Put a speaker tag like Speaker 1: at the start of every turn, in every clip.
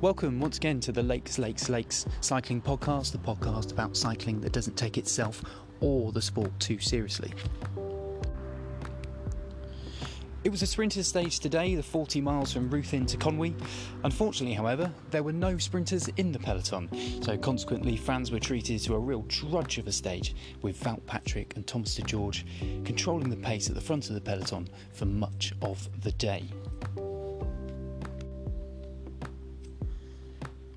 Speaker 1: Welcome once again to the Lakes, Lakes, Lakes Cycling Podcast, the podcast about cycling that doesn't take itself or the sport too seriously. It was a sprinter stage today, the 40 miles from Ruthin to Conwy. Unfortunately, however, there were no sprinters in the peloton, so consequently, fans were treated to a real drudge of a stage, with Vout Patrick and Thomas de George controlling the pace at the front of the peloton for much of the day.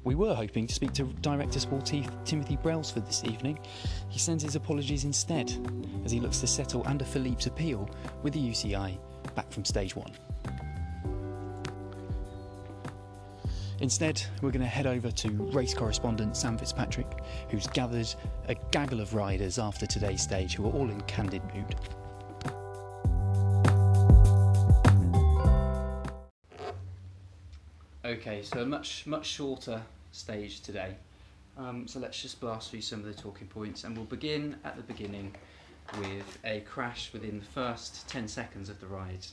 Speaker 1: We were hoping to speak to director sportif Timothy Brailsford this evening. He sends his apologies instead, as he looks to settle Ander Philippe's appeal with the UCI back from stage one. Instead, we're going to head over to race correspondent Sam Fitzpatrick, who's gathered a gaggle of riders after today's stage who are all in candid mood. Okay, so a much much shorter stage today. Um, so let's just blast through some of the talking points, and we'll begin at the beginning with a crash within the first ten seconds of the ride.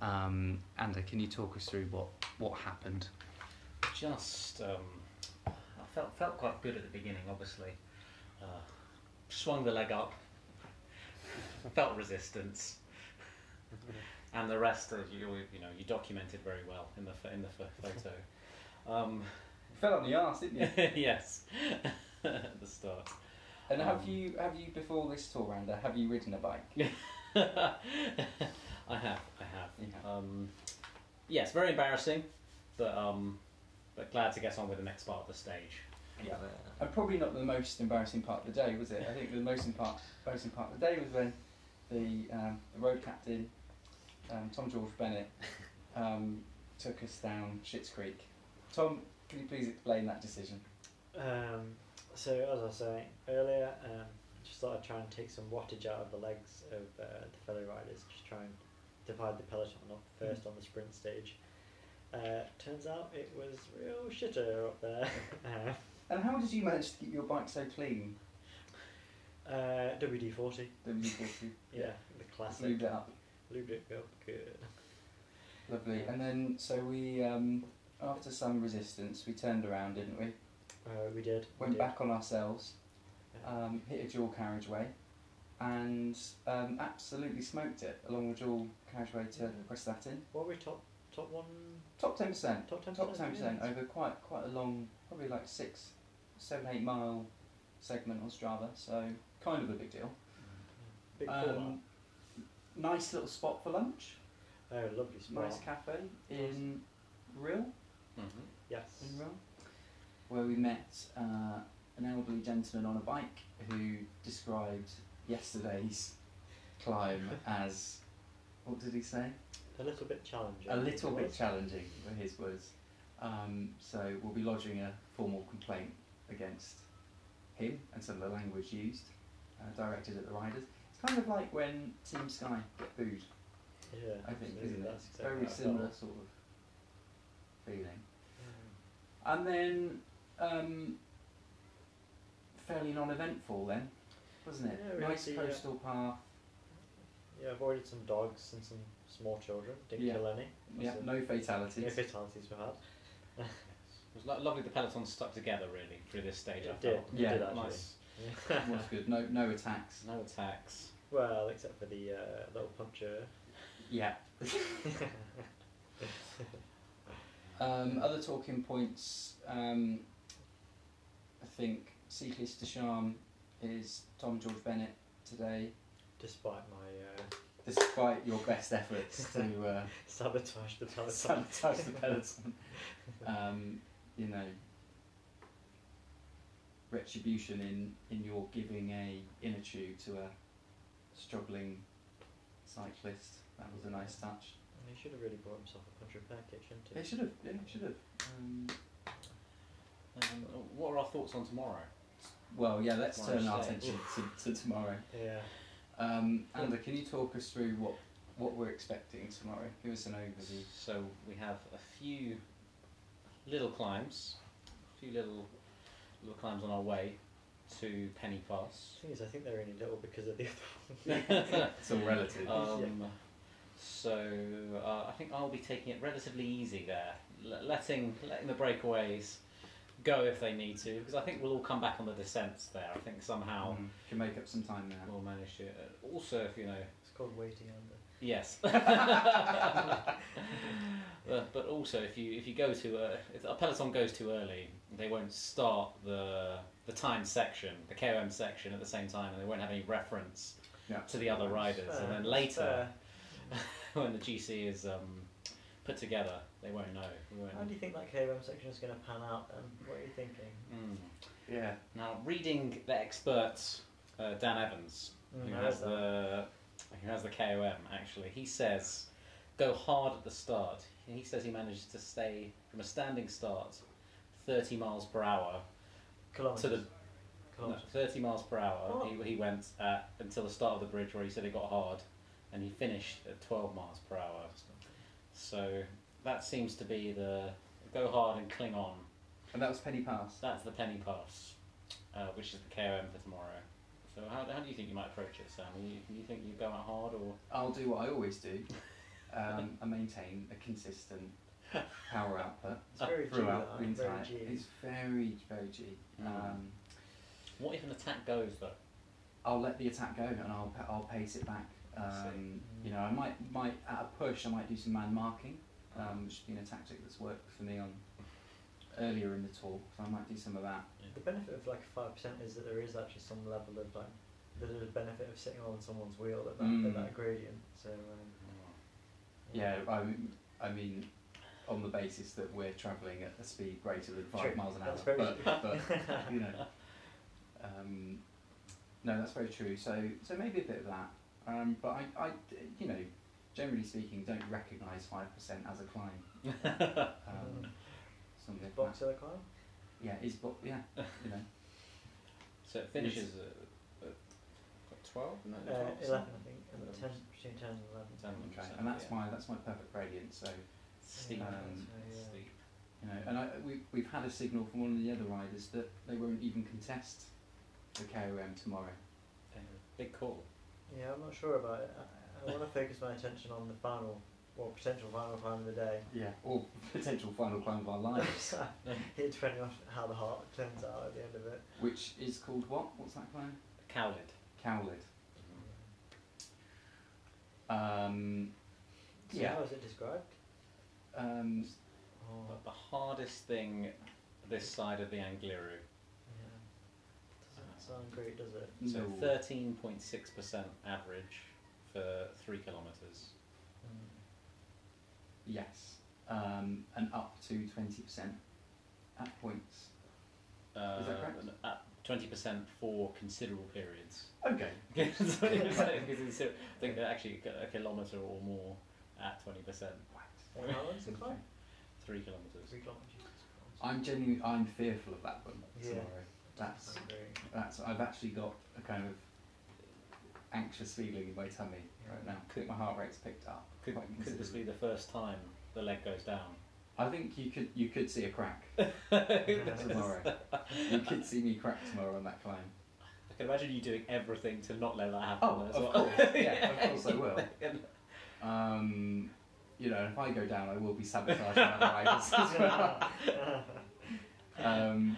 Speaker 1: Um, Ander, can you talk us through what what happened?
Speaker 2: just um, I felt felt quite good at the beginning. Obviously, uh, swung the leg up, felt resistance, and the rest of you you know you documented very well in the pho- in the pho- photo. Um,
Speaker 1: Fell on the arse, didn't
Speaker 2: yes, at the start.
Speaker 1: And
Speaker 2: have
Speaker 1: you have you before this tour, Ander? Have you ridden a bike?
Speaker 2: I have, Um, I have.
Speaker 1: You have.
Speaker 2: Um, yes, very embarrassing, but um, but glad to get on with the next part of the stage.
Speaker 1: Yeah. And Uh, probably not the most embarrassing part of the day, was it? I think the most impar- embarrassing part of the day was when the, um, the road captain, um, Tom George Bennett, um, took us down Schitt's Creek. Tom, can you please explain that decision?
Speaker 3: Um, so as I was saying earlier, um, just thought I'd try and take some wattage out of the legs of uh, the fellow riders, just try and divide the peloton up first on the sprint stage. Uh, turns out it was real shitter up there. uh,
Speaker 1: And how did you manage to keep your bike so clean?
Speaker 3: uh, WD-40,
Speaker 1: That you thought you
Speaker 3: yeah, the classic.
Speaker 1: lubed it up.
Speaker 3: Lubed it up good.
Speaker 1: Lovely.
Speaker 3: Yeah.
Speaker 1: And then, so we, um, after some resistance, we turned around, didn't we?
Speaker 3: Uh, we did. we
Speaker 1: Went
Speaker 3: did.
Speaker 1: back on ourselves,
Speaker 3: Yeah.
Speaker 1: um, hit a dual carriageway, and um, absolutely smoked it along the dual carriageway to
Speaker 3: Mhm.
Speaker 1: Prestatin.
Speaker 3: What were we top top one?
Speaker 1: Top ten percent.
Speaker 3: Top ten.
Speaker 1: Top ten percent oh. over quite quite a long, probably like six, seven, eight mile segment on Strava. So kind of a big deal.
Speaker 3: Big
Speaker 1: Um, nice little spot for lunch.
Speaker 3: fallout. Oh, lovely spot.
Speaker 1: Nice cafe in Real.
Speaker 2: Mm-hmm.
Speaker 3: Yes.
Speaker 1: in Rome, where we met uh, an elderly gentleman on a bike who described yesterday's climb as what did he say?
Speaker 3: A little bit challenging.
Speaker 1: A little
Speaker 3: it
Speaker 1: bit
Speaker 3: was.
Speaker 1: challenging, were his words. Um, so we'll be lodging a formal complaint against him and some of the language used, uh, directed at the riders. It's kind of like when Team Sky get booed
Speaker 3: Yeah,
Speaker 1: I think,
Speaker 3: absolutely,
Speaker 1: isn't it?
Speaker 3: that's
Speaker 1: It's
Speaker 3: exactly
Speaker 1: very
Speaker 3: how I felt.
Speaker 1: similar sort of feeling.
Speaker 3: Mm.
Speaker 1: And then, um, fairly non-eventful then, wasn't it?
Speaker 3: Yeah, we had
Speaker 1: nice
Speaker 3: the, uh,
Speaker 1: coastal path.
Speaker 3: Yeah, avoided some dogs and some small children. Didn't
Speaker 1: Yeah.
Speaker 3: kill any. was
Speaker 1: Yeah,
Speaker 3: it?
Speaker 1: no fatalities.
Speaker 3: No fatalities were had.
Speaker 2: It was lo- lovely the peloton stuck together really through this stage. I
Speaker 3: It did.
Speaker 2: felt.
Speaker 3: It
Speaker 1: Yeah,
Speaker 3: did actually.
Speaker 2: Nice.
Speaker 1: That was good. No, no attacks.
Speaker 2: No attacks.
Speaker 3: well, except for the uh, little puncture.
Speaker 1: Yeah. Um, other talking points. Um, I think Cycliste de Charme is Tom George Bennett today,
Speaker 3: Despite my uh,
Speaker 1: despite your best efforts to. Uh,
Speaker 3: sabotage the peloton.
Speaker 1: sabotage the peloton. Um, you know, retribution in in your giving a inner tube to a struggling cyclist. That was a nice touch.
Speaker 3: And he should have really bought himself a puncture package, shouldn't
Speaker 1: They
Speaker 3: he?
Speaker 1: should have. Yeah, should have. Um,
Speaker 2: Um, what are our thoughts on tomorrow?
Speaker 1: well, yeah. Let's
Speaker 2: Tomorrow's
Speaker 1: turn our
Speaker 2: stage.
Speaker 1: attention to, to tomorrow.
Speaker 3: Yeah.
Speaker 1: Um, Ander, can you talk us through what what we're expecting tomorrow? Give us an overview.
Speaker 2: So we have a few little climbs, a few little little climbs on our way to Penny Pass.
Speaker 3: The thing is, I think they're only little because of the other one.
Speaker 1: Uh, It's all relative.
Speaker 2: um, So uh, I think I'll be taking it relatively easy there, L- letting letting the breakaways go if they need to, because I think we'll all come back on the descents there. I think
Speaker 3: Mm-hmm.
Speaker 2: somehow
Speaker 1: Mm, Can make up some time there.
Speaker 2: we'll manage it. Uh, Also, if you know,
Speaker 3: It's called waiting under.
Speaker 2: yes. but, but also, if you if you go to uh, if a peloton goes too early, they won't start the the time section, the KOM section at the same time, and they won't have any reference
Speaker 1: Yeah.
Speaker 2: to the other riders.
Speaker 3: Fair,
Speaker 2: and then later,
Speaker 3: fair.
Speaker 2: when the GC is um, put together, they won't know. We won't.
Speaker 3: How do you think that KOM section is going to pan out then? What are you thinking?
Speaker 2: Mm.
Speaker 1: Yeah.
Speaker 2: Now, reading the expert uh, Dan Evans,
Speaker 3: Mm,
Speaker 2: who
Speaker 3: I
Speaker 2: has
Speaker 3: read that.
Speaker 2: the who has the KOM actually, he says go hard at the start. He says he manages to stay from a standing start, thirty miles per hour
Speaker 3: Kilometres.
Speaker 2: to the no,
Speaker 3: Kilometres.
Speaker 2: thirty miles per hour.
Speaker 3: Oh.
Speaker 2: He, he went at, until the start of the bridge where he said it got hard, and he finished at twelve miles per hour. So that seems to be the go hard and cling on.
Speaker 1: And that was Penny Pass.
Speaker 2: That's the penny pass, uh, which is the KOM for tomorrow. So how, how do you think you might approach it, Sam? You, you think you go out hard or?
Speaker 1: I'll do what I always do. Um, I maintain a consistent power output
Speaker 3: It's very G,
Speaker 1: throughout the
Speaker 3: that,
Speaker 1: entire.
Speaker 3: very G.
Speaker 1: It's very, very G.
Speaker 2: Mm.
Speaker 1: Um,
Speaker 2: What if an attack goes though?
Speaker 1: I'll let the attack go and I'll pa- I'll pace it back.
Speaker 2: I see.
Speaker 1: Um,
Speaker 3: Mm.
Speaker 1: you know, I might might at a push I might do some man marking, um, which has been a tactic that's worked for me on earlier in the tour. So I might do some of that.
Speaker 3: The benefit of like five percent is that there is actually some level of like the the benefit of sitting on someone's wheel at that,
Speaker 1: Mm.
Speaker 3: at that gradient. So um, Mm.
Speaker 1: Yeah, I mean, I mean, on the basis that we're travelling at a speed greater than five
Speaker 3: True.
Speaker 1: miles an hour.
Speaker 3: That's very
Speaker 1: But, but you know, um, no, that's very true. So so maybe a bit of that. Um, but I, I, you know, generally speaking, don't recognise five percent as a climb. Um, something like that.
Speaker 3: box hill climb.
Speaker 1: Yeah, is but yeah, you know.
Speaker 2: So it finishes at, at twelve? No,
Speaker 3: Uh,
Speaker 2: 12,
Speaker 3: eleven,
Speaker 2: something?
Speaker 3: I think, and
Speaker 2: Eleven.
Speaker 3: ten between ten and
Speaker 2: 10,
Speaker 3: eleven.
Speaker 1: Okay,
Speaker 2: so,
Speaker 1: and that's
Speaker 2: yeah.
Speaker 1: my that's my perfect gradient. So
Speaker 2: Steep.
Speaker 1: Um,
Speaker 3: so, yeah.
Speaker 2: Steep.
Speaker 1: you know, and I, we we've had a signal from one of the other riders that they won't even contest the KOM tomorrow.
Speaker 2: Uh, Big call.
Speaker 3: Yeah, I'm not sure about it. I, I want to focus my attention on the final, well, potential final climb of the day.
Speaker 1: Yeah. Or potential final climb of our lives,
Speaker 3: It's depending on how the heart turns out at the end of it.
Speaker 1: which is called what? What's that climb?
Speaker 2: Cowlid.
Speaker 1: Cowlid. Mm-hmm. Um,
Speaker 3: So
Speaker 1: Yeah.
Speaker 3: How is it described?
Speaker 1: um,
Speaker 3: Oh,
Speaker 2: But the hardest thing this side of the Angliru.
Speaker 3: yeah. Doesn't sound great, does it?
Speaker 2: So
Speaker 1: no.
Speaker 2: thirteen point six percent average for three kilometres.
Speaker 1: Mm. Yes. Um, and up to twenty percent at points.
Speaker 2: Uh,
Speaker 1: Is that correct?
Speaker 2: At twenty percent for considerable periods.
Speaker 1: Okay.
Speaker 2: So it's like- it's- I think that actually a kilometre or more at twenty percent,
Speaker 3: And how long is the climb?
Speaker 2: three kilometres.
Speaker 3: Three kilometres.
Speaker 1: I'm genuinely I'm fearful of that one
Speaker 3: Yeah.
Speaker 1: tomorrow. That's
Speaker 3: Sound great.
Speaker 1: That's I've actually got a kind of anxious feeling in my tummy right now. I think my heart rate's picked up.
Speaker 2: Could,
Speaker 1: quite
Speaker 2: could this be
Speaker 1: considerably.
Speaker 2: the first time the leg goes down?
Speaker 1: I think you could you could see a crack
Speaker 2: I
Speaker 1: tomorrow. you could see me crack tomorrow on that climb.
Speaker 2: can imagine you doing everything to not let that happen.
Speaker 1: Oh,
Speaker 2: as
Speaker 1: of
Speaker 2: well.
Speaker 1: course. Yeah, of course I will. Um, you know, if I go down, I will be sabotaging other riders as well. Um,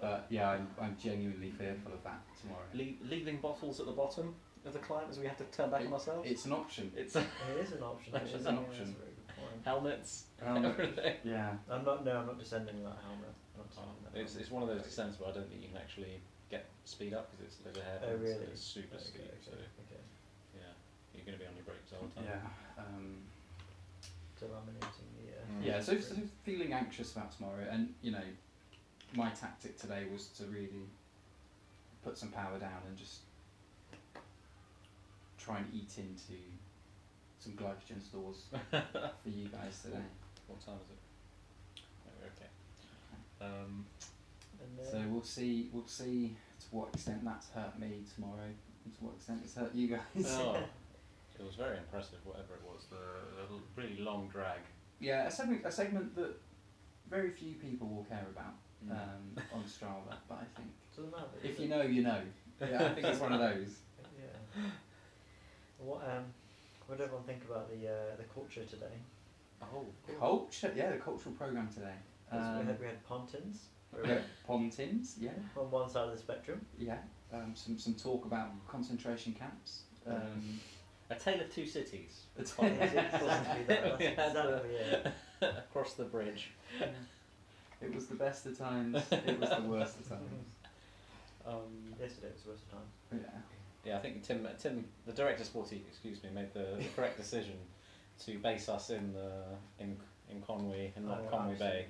Speaker 1: but yeah, I'm, I'm genuinely fearful of that tomorrow.
Speaker 2: Le- leaving bottles at the bottom of the climb as we have to turn back on ourselves.
Speaker 1: It's an option.
Speaker 2: It's
Speaker 3: It is an option.
Speaker 2: That's
Speaker 3: it is
Speaker 1: an
Speaker 3: yeah,
Speaker 1: option.
Speaker 3: that's a very good point.
Speaker 2: helmets.
Speaker 1: Um,
Speaker 2: everything. Um,
Speaker 1: yeah.
Speaker 3: I'm not. No, I'm not descending without helmet. I'm not descending without
Speaker 2: It's,
Speaker 3: helmet.
Speaker 2: it's one of those descents where I don't think you can actually get speed up because it's there's a hairpin,
Speaker 3: Oh,
Speaker 2: so
Speaker 3: really?
Speaker 2: it's super
Speaker 3: Okay,
Speaker 2: steep.
Speaker 3: okay,
Speaker 2: So
Speaker 3: okay.
Speaker 2: yeah, you're going to be on your brakes all the time.
Speaker 1: Yeah. Um,
Speaker 3: Delaminating the. Uh,
Speaker 2: Mm.
Speaker 1: Yeah, so, so feeling anxious about tomorrow, and you know, my tactic today was to really put some power down and just try and eat into some glycogen stores for you guys today.
Speaker 2: What time is it? Oh, okay. Um,
Speaker 3: And then,
Speaker 1: So we'll see, we'll see to what extent that's hurt me tomorrow, and to what extent it's hurt you guys.
Speaker 2: oh, it was very impressive, whatever it was. The, the l- really long drag.
Speaker 1: Yeah, a segment, a segment that very few people will care about um, on Strava, but I think
Speaker 3: doesn't matter.
Speaker 1: if
Speaker 3: does
Speaker 1: you
Speaker 3: it?
Speaker 1: know, you know. Yeah, I think it's one of those.
Speaker 3: Yeah. What um, What did everyone think about the uh, the culture today?
Speaker 2: Oh,
Speaker 1: Culture, yeah, the cultural program today.
Speaker 3: 'Cause we,
Speaker 1: Um,
Speaker 3: had, we had pontins
Speaker 1: we had Pontins, yeah,
Speaker 3: on one side of the spectrum.
Speaker 1: yeah. Um, some some talk about concentration camps. Um,
Speaker 2: A Tale of Two Cities.
Speaker 1: It's-
Speaker 3: Pontins, it's supposed to be that. oh, That's
Speaker 2: Yeah,
Speaker 3: exactly it.
Speaker 2: Across the bridge.
Speaker 1: it was the best of times. It was the worst of times.
Speaker 2: Um,
Speaker 3: Yesterday was the worst time.
Speaker 1: Yeah.
Speaker 2: yeah, I think Tim, Tim, the director sporty, excuse me, made the, the correct decision to base us in the in in Conwy and not
Speaker 3: Oh,
Speaker 2: Conwy Bay.
Speaker 3: absolutely.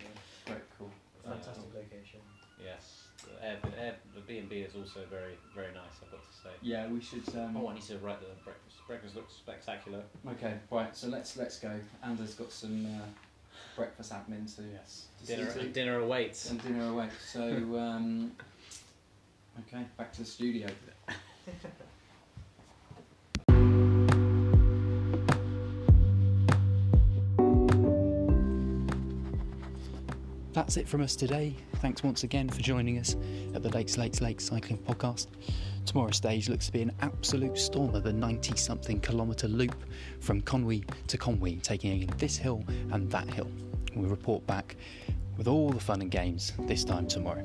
Speaker 1: Great, cool.
Speaker 3: Fantastic location.
Speaker 2: Yes, the air, the air the B and B is also very very nice. I've got to say.
Speaker 1: Yeah, we should. Um,
Speaker 2: Oh, I need to write the breakfast. Breakfast looks spectacular.
Speaker 1: Okay, right. So let's let's go. Anders got some uh, breakfast admin to
Speaker 2: Yes,
Speaker 1: Just
Speaker 2: dinner
Speaker 1: need to-
Speaker 2: dinner awaits.
Speaker 1: and dinner away. So um, okay, back to the studio.
Speaker 4: That's it from us today. Thanks once again for joining us at the Lakes, Lakes, Lakes Cycling Podcast. Tomorrow's stage looks to be an absolute storm of a 90 something kilometre loop from Conwy to Conwy, taking in this hill and that hill. We'll report back with all the fun and games this time tomorrow.